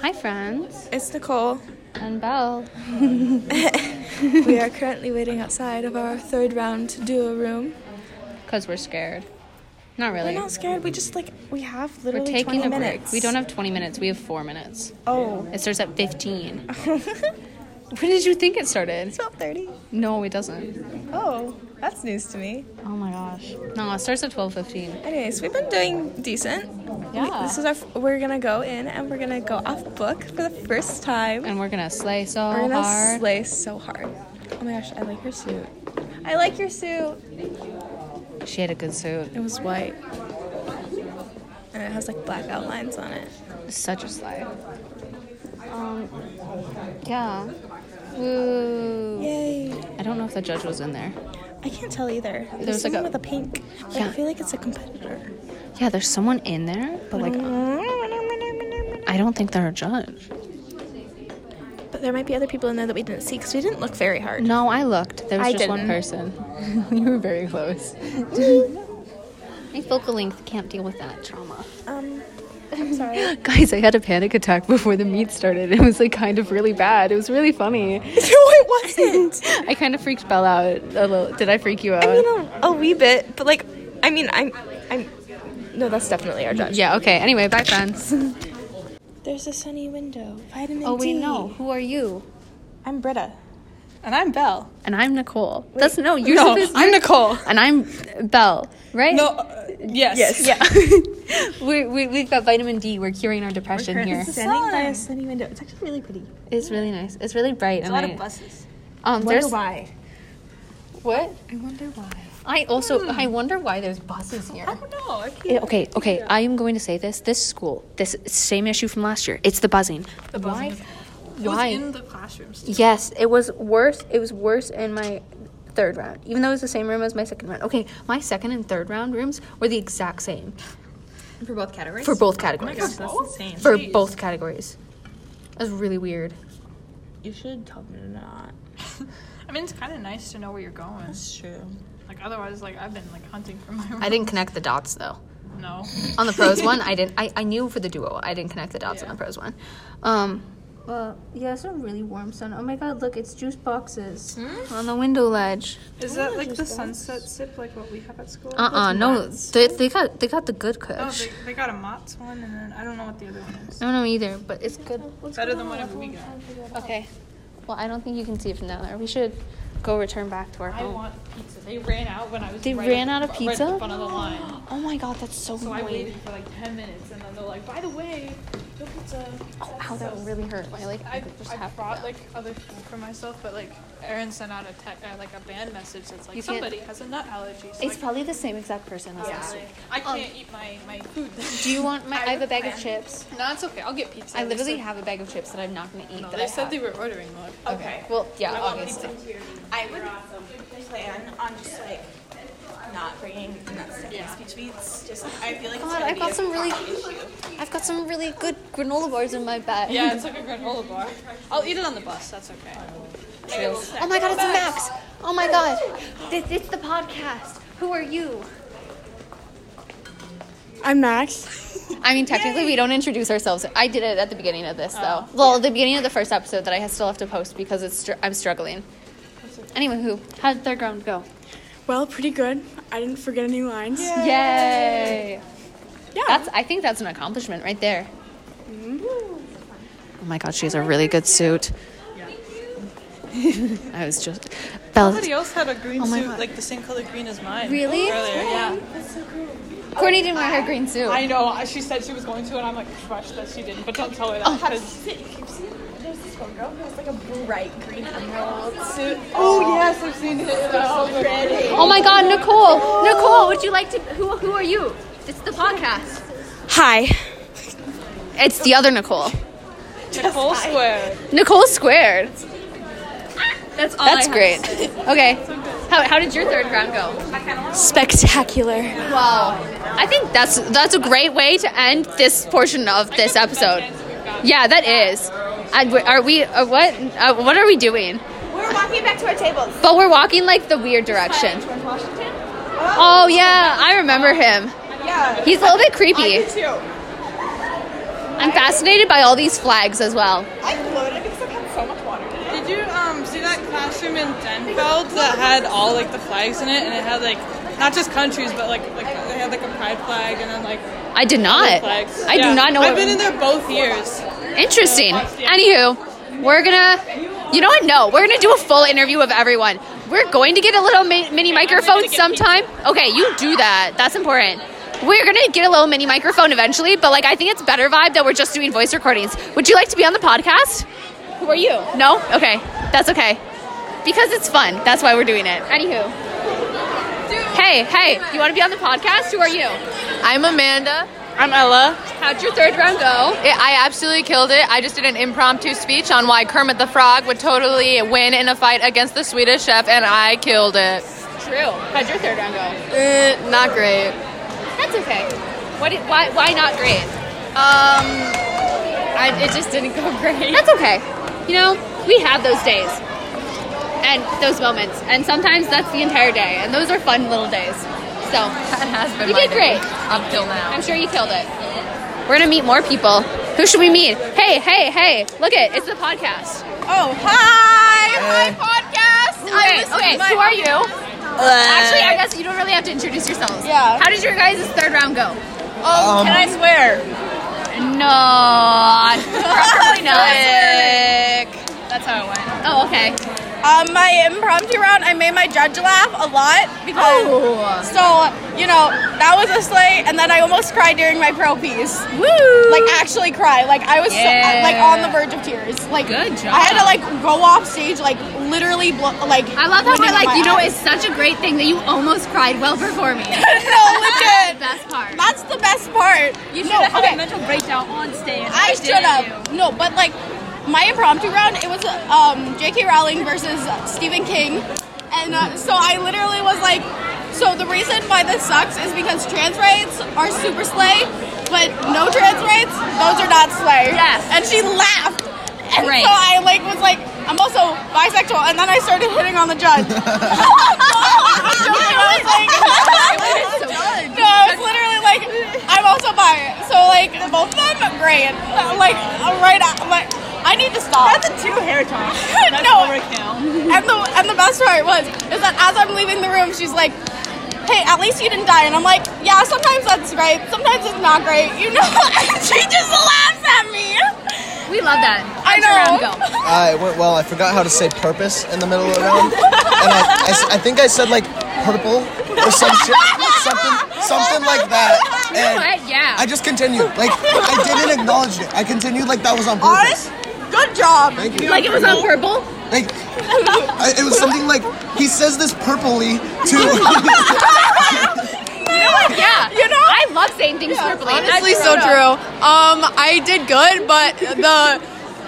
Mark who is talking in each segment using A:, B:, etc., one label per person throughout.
A: Hi, friends.
B: It's Nicole.
A: And Belle.
B: we are currently waiting outside of our third round duo room.
A: Because we're scared. Not really.
B: We're not scared. We just like we have
A: We're
B: literally
A: taking
B: 20
A: a
B: minutes.
A: break. We don't have 20 minutes. We have four minutes.
B: Oh,
A: It starts at 15. when did you think it started?
B: it's about thirty.
A: No, it doesn't.
B: Oh, that's news to me.
A: Oh my gosh. No, it starts at 12:15.
B: Anyways, we've been doing decent. We-
A: Yeah.
B: This is our. f- We're gonna go in and we're gonna go off book for the first time.
A: And we're gonna slay so
B: we're gonna
A: hard.
B: slay so hard. Oh my gosh, I like your suit. I like your suit.
A: she had a good suit.
B: It was white. And it has like black outlines on it.
A: Such a slay. Um. Yeah. Woo.
B: Yay.
A: I don't know if the judge was in there.
B: I can't tell either. There's,
A: There's, like,
B: someone
A: a-
B: with a pink. Like, I
A: Yeah.
B: feel like it's a competitor.
A: Yeah, there's someone in there, but like I don't think they're a judge.
B: But there might be other people in there that we didn't see because we didn't look very hard.
A: No, I looked. There was
B: I
A: just one
B: didn't.
A: person. you were very close. My focal length can't deal with that trauma.
B: Um, I'm sorry.
A: Guys, I had a panic attack before the meet started. It was like kind of really bad. It was really funny.
B: no, it wasn't.
A: I kind of freaked Belle out a little. Did I freak you out?
B: I mean, a, a wee bit, but like, I mean, I'm, I'm. No, that's definitely our judge.
A: yeah, okay. Anyway, bye, friends.
B: There's a sunny window. Vitamin
A: Oh,
B: D.
A: wait, no. Who are you?
B: I'm Britta. And I'm Belle.
A: And I'm Nicole. That's no, you're
B: no,
A: supposed-
B: I'm
A: you're-
B: Nicole.
A: And I'm Belle, right?
B: uh, yes. Yes.
A: Yeah. we, we, we've got vitamin D. We're curing our depression here.
B: Standing by a sunny window. It's actually really pretty.
A: It's really nice. It's really bright. and I-
B: buses.
A: Um, there's
B: why.
A: what?
B: I wonder why.
A: I also I wonder why there's buses here.
B: don't know. Oh, I can't.
A: Okay, okay. I am going to say this. This school, this same issue from last year. It's the buzzing. The buzzing. Why? Why?
C: the classrooms.
A: Yes, it was worse. It was worse in my third round, even though it was the same room as my second round. Okay, my second and third round rooms were the exact same
C: For both categories?
A: for both categories.
C: that's insane.
A: for both categories. That's really weird.
B: You should tell me not.
C: I mean, it's kind of nice to know where you're going.
B: It's true.
C: Like, otherwise, like, I've been, like, hunting for my room.
A: I didn't connect the dots though.
C: No.
A: on the pros one i didn't I, I knew for the duo i didn't connect the dots on
C: Yeah.
A: the pros one um well yeah it's a really warm sun oh my god look it's juice boxes on the window ledge
C: Is that, like, the sunset sip, like what we have at school?
A: uh-uh
C: With
A: no
C: mats?
A: they, they got they got the good
C: Oh,
A: kush
C: they, they got a Mott's one, and then I don't know what the other one is.
A: i don't know either but it's good
C: Better than whatever we got.
A: okay well i don't think you can see it from down there we should go return back to our
C: I
A: home
C: want pizza. They ran out when I was
A: They
C: right
A: ran
C: up-
A: out of
C: right
A: pizza?
C: up front of the line.
A: oh my god that's so,
C: So I
A: annoying
C: waited for, like, 10 minutes, and then they're like, by the way, no pizza.
A: oh ow that really hurt my like
C: I,
A: just
C: I
A: happened.
C: brought like other food for myself, but like Erin sent out a tech, uh, like a band message that's like
A: You can't-
C: somebody has a nut allergy. So
A: it's
C: I-
A: probably the same exact person as
C: Yeah.
A: last week
C: I can't eat my, my food.
A: do you want my i have a bag of chips
C: No, it's okay. I'll get pizza.
A: I
C: They
A: literally
C: said-
A: have a bag of chips that I'm not going to eat.
C: no,
A: that
C: they
A: I
C: said
A: have.
C: they were ordering one.
D: Okay.
A: Well, yeah,
C: I want
A: obviously.
C: pizza.
D: I would plan on just like not bringing nuts to
C: Yeah.
D: speech meets. Just I feel like it's
A: God,
D: gonna
A: I've
D: be
A: got
D: a
A: some really-
D: common issue.
A: I've got some really good granola bars in my bag.
C: Yeah, it's like a granola bar. I'll eat it on the bus. That's okay.
A: Oh my god, it's Max. Oh my god, this, it's the podcast. Who are you?
B: I'm Max.
A: I mean, technically, we don't introduce ourselves. I did it at the beginning of this, though. Well, the beginning of the first episode that I still have to post because it's str- I'm struggling. Anyway, who? How did third round go?
E: Well, pretty good. I didn't forget any lines.
A: Yay! Yeah. Mm-hmm. That's. I think that's an accomplishment right there. Oh my god, she has a really good suit. I was just. Belle,
C: Somebody else had a green
A: Oh my
C: suit,
A: God.
C: like the same color green as mine.
A: Really?
C: Earlier, yeah.
A: Courtney didn't wear her green suit.
C: I know. I- She said she was going to, and I'm like crushed that she didn't. But don't tell her that. 'cause-
D: There's this one girl who has like a bright green emerald suit.
C: oh yes, I've seen it. That's so good.
A: Oh my God, Nicole! Nicole, would you like to? Who? Who are you? It's the podcast.
B: Hi.
A: It's the other Nicole.
C: Nicole Square.
A: Nicole squared.
D: That's all.
A: That's great. Okay. How, how did your third round go?
B: Spectacular.
A: Wow. I think that's that's a great way to end this portion of this episode. Yeah, that is. And we- are we? Uh, what? Uh, what are we doing?
D: We're walking back to our tables.
A: But we're walking like the weird direction. Oh yeah, I remember him.
D: Yeah.
A: He's a little bit creepy.
D: Too.
A: I'm fascinated by all these flags as well.
D: I floated because I had so much water.
F: Did you um, see that classroom in Denfeld that had all like the flags in it, and it had like not just countries, but like like they had like a pride flag and then like
A: I did not.
F: flags.
A: I
F: Yeah.
A: do not know.
F: I've
A: what-
F: been in there both years.
A: Interesting. Anywho, we're gonna. You know what? No, we're gonna do a full interview of everyone. We're going to get a little mi- mini microphone sometime. Okay, you do that. That's important. We're gonna get a little mini microphone eventually, but like I think it's better vibe that we're just doing voice recordings. Would you like to be on the podcast? Who are you? No. Okay, that's okay. Because it's fun. That's why we're doing it. Anywho. Hey, hey, you want to be on the podcast? Who are you?
G: I'm Amanda.
F: I'm Ella.
A: How'd your third round go?
G: It, I absolutely killed it. I just did an impromptu speech on why Kermit the Frog would totally win in a fight against the Swedish chef, and I killed it.
A: True. How'd your third round go?
G: Eh, not great.
A: That's okay. What did, why, why not great?
G: Um, I, it just didn't go great.
A: That's okay. You know, we have those days and those moments, and sometimes that's the entire day, and those are fun little days. So
G: That has been.
A: You
G: my
A: did
G: day
A: great.
G: up till now.
A: I'm sure you killed it. We're gonna meet more people. Who should we meet? Hey, hey, hey! Look it, it's the podcast.
G: Oh hi, hi.
A: Podcast. Okay, okay. Who are you? Uh, Actually, I guess you don't really have to introduce yourselves. Yeah. How did your guys' third round go?
G: Um, can I swear?
A: No, probably
G: Sick.
F: That's how it went.
A: Oh, okay.
G: Um, my impromptu round, I made my judge laugh a lot because
A: Oh,
G: so you know that was a slay, and then I almost cried during my pro piece.
A: woo!
G: like actually cry. Like I was so, uh,
A: Yeah.
G: like on the verge of tears. Like
A: Good job.
G: I had to like go off stage, like literally, blo- like
A: I love how we're
G: bleeding out
A: like,
G: my
A: you know,
G: eyes.
A: it's such a great thing that you almost cried while performing. That's
G: no
A: the
G: legit.
A: best part.
G: That's the best part. You should have okay.
F: mental breakdown on stage.
G: I should have. No, but like my impromptu round, it was um, J.K. Rowling versus Stephen King, and uh, so I literally was like, so the reason why this sucks is because trans rights are super slay, but no trans rights, those are not slay.
A: Yes.
G: And she laughed, and
A: Right.
G: so I like was like, I'm also bisexual, and then I started hitting on the judge. I was like-
A: That's so good.
G: no, I was literally like, I'm also bi. So like, both of them, great. Like, right out, like, I need to stop. That's a two hair tie. no, and the and the best part was is that as I'm leaving the room, she's like, Hey, at least you didn't die. And I'm like, Yeah, sometimes that's great. Sometimes it's not great. You know. And she just laughs at me.
A: We love that.
G: I
A: How'd your
G: know.
A: round go?
H: Uh, it went well. I forgot how to say purpose in the middle of the round. And I, I s- I think I said like purple or some shit, something, something like that. And
A: What? Yeah.
H: I just continued. Like, I didn't acknowledge it. I continued like that was on purpose.
G: Honest, good job.
H: Thank you.
A: like it was on purple.
H: Like, I, it was something like, he says this purpley to.
A: Yeah. You know, I love saying things purple.
G: Honestly, so true. Um, I did good, but the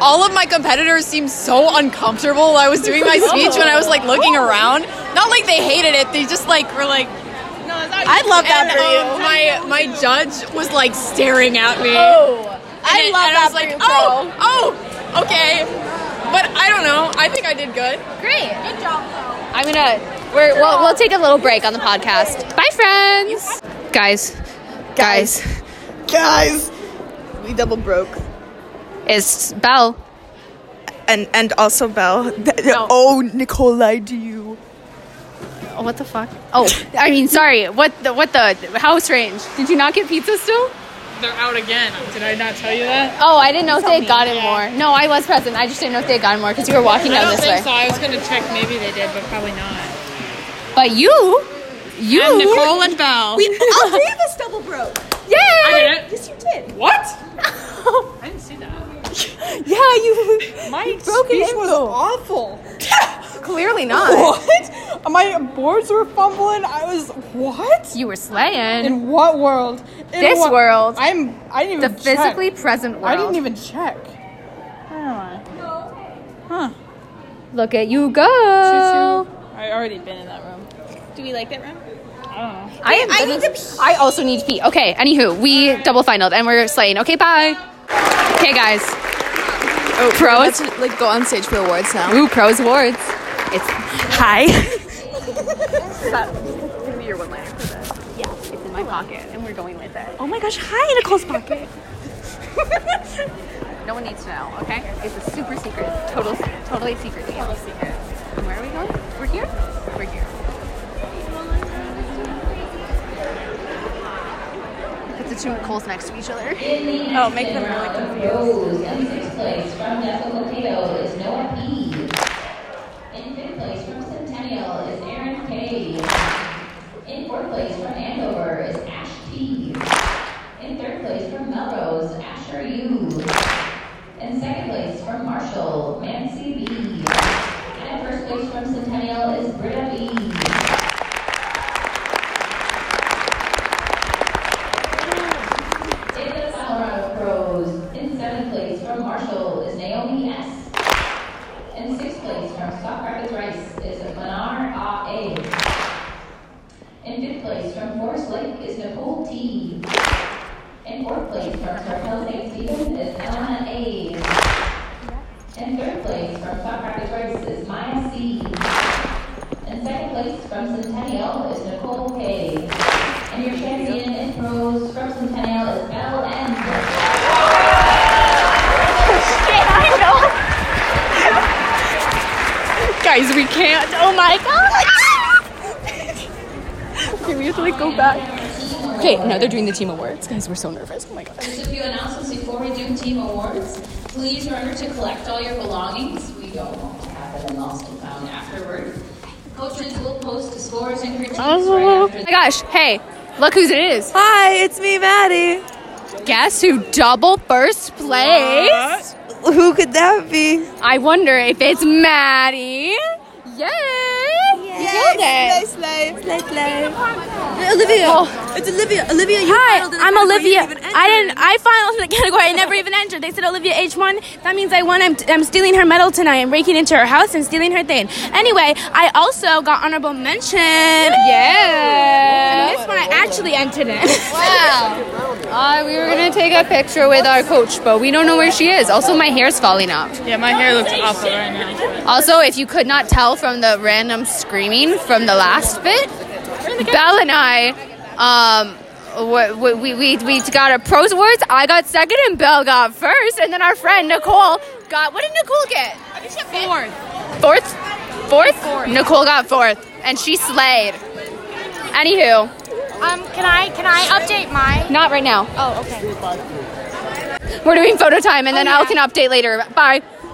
G: all of my competitors seemed so uncomfortable. while I was doing my speech when I was like looking around. Not like they hated it; they just like were like, "I'd love that for you." My my judge was like staring at me. Oh, I love that I was like, "Oh, oh, okay." But I don't know. I think I did good.
A: Great. Good job, though. I'm gonna. We're, we'll, we'll take a little break on the podcast. Bye, friends. Guys, guys,
I: Guys, we double broke.
A: it's Belle.
I: And and also Belle. Th- Oh, Nicole, I do you.
A: Oh, what the fuck? Oh, I mean, sorry. What the what the house range? Did you not get pizza still?
F: They're out again. Did I not tell you that?
A: Oh, I didn't know if they had gotten more. No, I was present. I just didn't know if they had gotten more because you were walking
F: I
A: down
F: don't
A: this
F: think
A: way.
F: so. I was gonna check. Maybe they did, but probably not.
A: But you, you, oh,
F: And Nicole and Belle.
I: We all three of us double broke.
A: yeah,
F: I did
I: Yes, you did.
F: it. What? I didn't see that.
I: Yeah, you.
F: My
I: Broken
F: speech
I: was awful.
G: Clearly not.
I: What? My boards were fumbling. I was what?
A: you were slaying
I: In what world? In
A: This
I: what-
A: world.
I: I'm. I didn't
A: the
I: even check.
A: physically present world.
I: I didn't even check. Where am I?
A: Look at you go.
F: I already been in that room.
D: Do we like that room?
A: I am. I, need to pee. I also need to pee. Okay. Anywho, we double finaled and we're slaying. Okay. Bye. Okay, guys.
G: Oh,
A: Pro
G: let's like go on stage for awards now.
A: Ooh, pros awards. It's
I: Hi.
A: it's in my pocket and we're going with it.
I: Oh my gosh! Hi, Nicole's pocket.
A: no one needs to know, okay? It's a super secret. Total, totally secret. Total secret. And where are we going? We're here? We're here. Put the two Nicoles next to each other.
J: Oh, make them really confused.
K: Guys, we can't. Oh my god. okay, we have to like go back. Okay, now they're doing the team awards. Guys, we're so nervous. Oh my god.
L: Just a few announcements before we do team awards. Please remember to collect all your belongings. We don't want to have them lost and found afterward. Coaches will post the scores and critiques right after
A: Oh my gosh, hey, look who's it is.
I: Hi, it's me, Maddie.
A: Guess who double first place?
I: Who could that be?
A: I wonder if it's Maddie. Yay! Yay!
I: Slay, slay, slay, slay. Olivia. It's Olivia. Olivia, you
B: Oh. Hi,
I: filed in the
B: I'm
I: category you
B: Olivia.
I: didn't even
B: I
I: enter.
B: didn't. I filed in the category I never even entered. They said Olivia H1. That means I won. I'm, I'm stealing her medal tonight. I'm breaking into her house and stealing her thing. Anyway, I also got honorable mention.
A: Yeah.
B: This one I actually entered in.
A: Wow. Uh, we were gonna take a picture with our coach, but we don't know where she is. Also, my hair's falling out.
F: Yeah, my hair looks awful right now.
A: Also, if you could not tell from the random screaming from the last bit, Belle and I, um, w- w- we, we, we got a pros awards. I got second, and Belle got first, and then our friend Nicole got. What did Nicole get? I think she got fourth. Fourth. Fourth. Nicole got fourth, and she slayed. Anywho,
B: Um, can I can I update my?
A: not right now.
B: Oh, okay.
A: Oh, We're doing photo time, and then I can update later. Bye.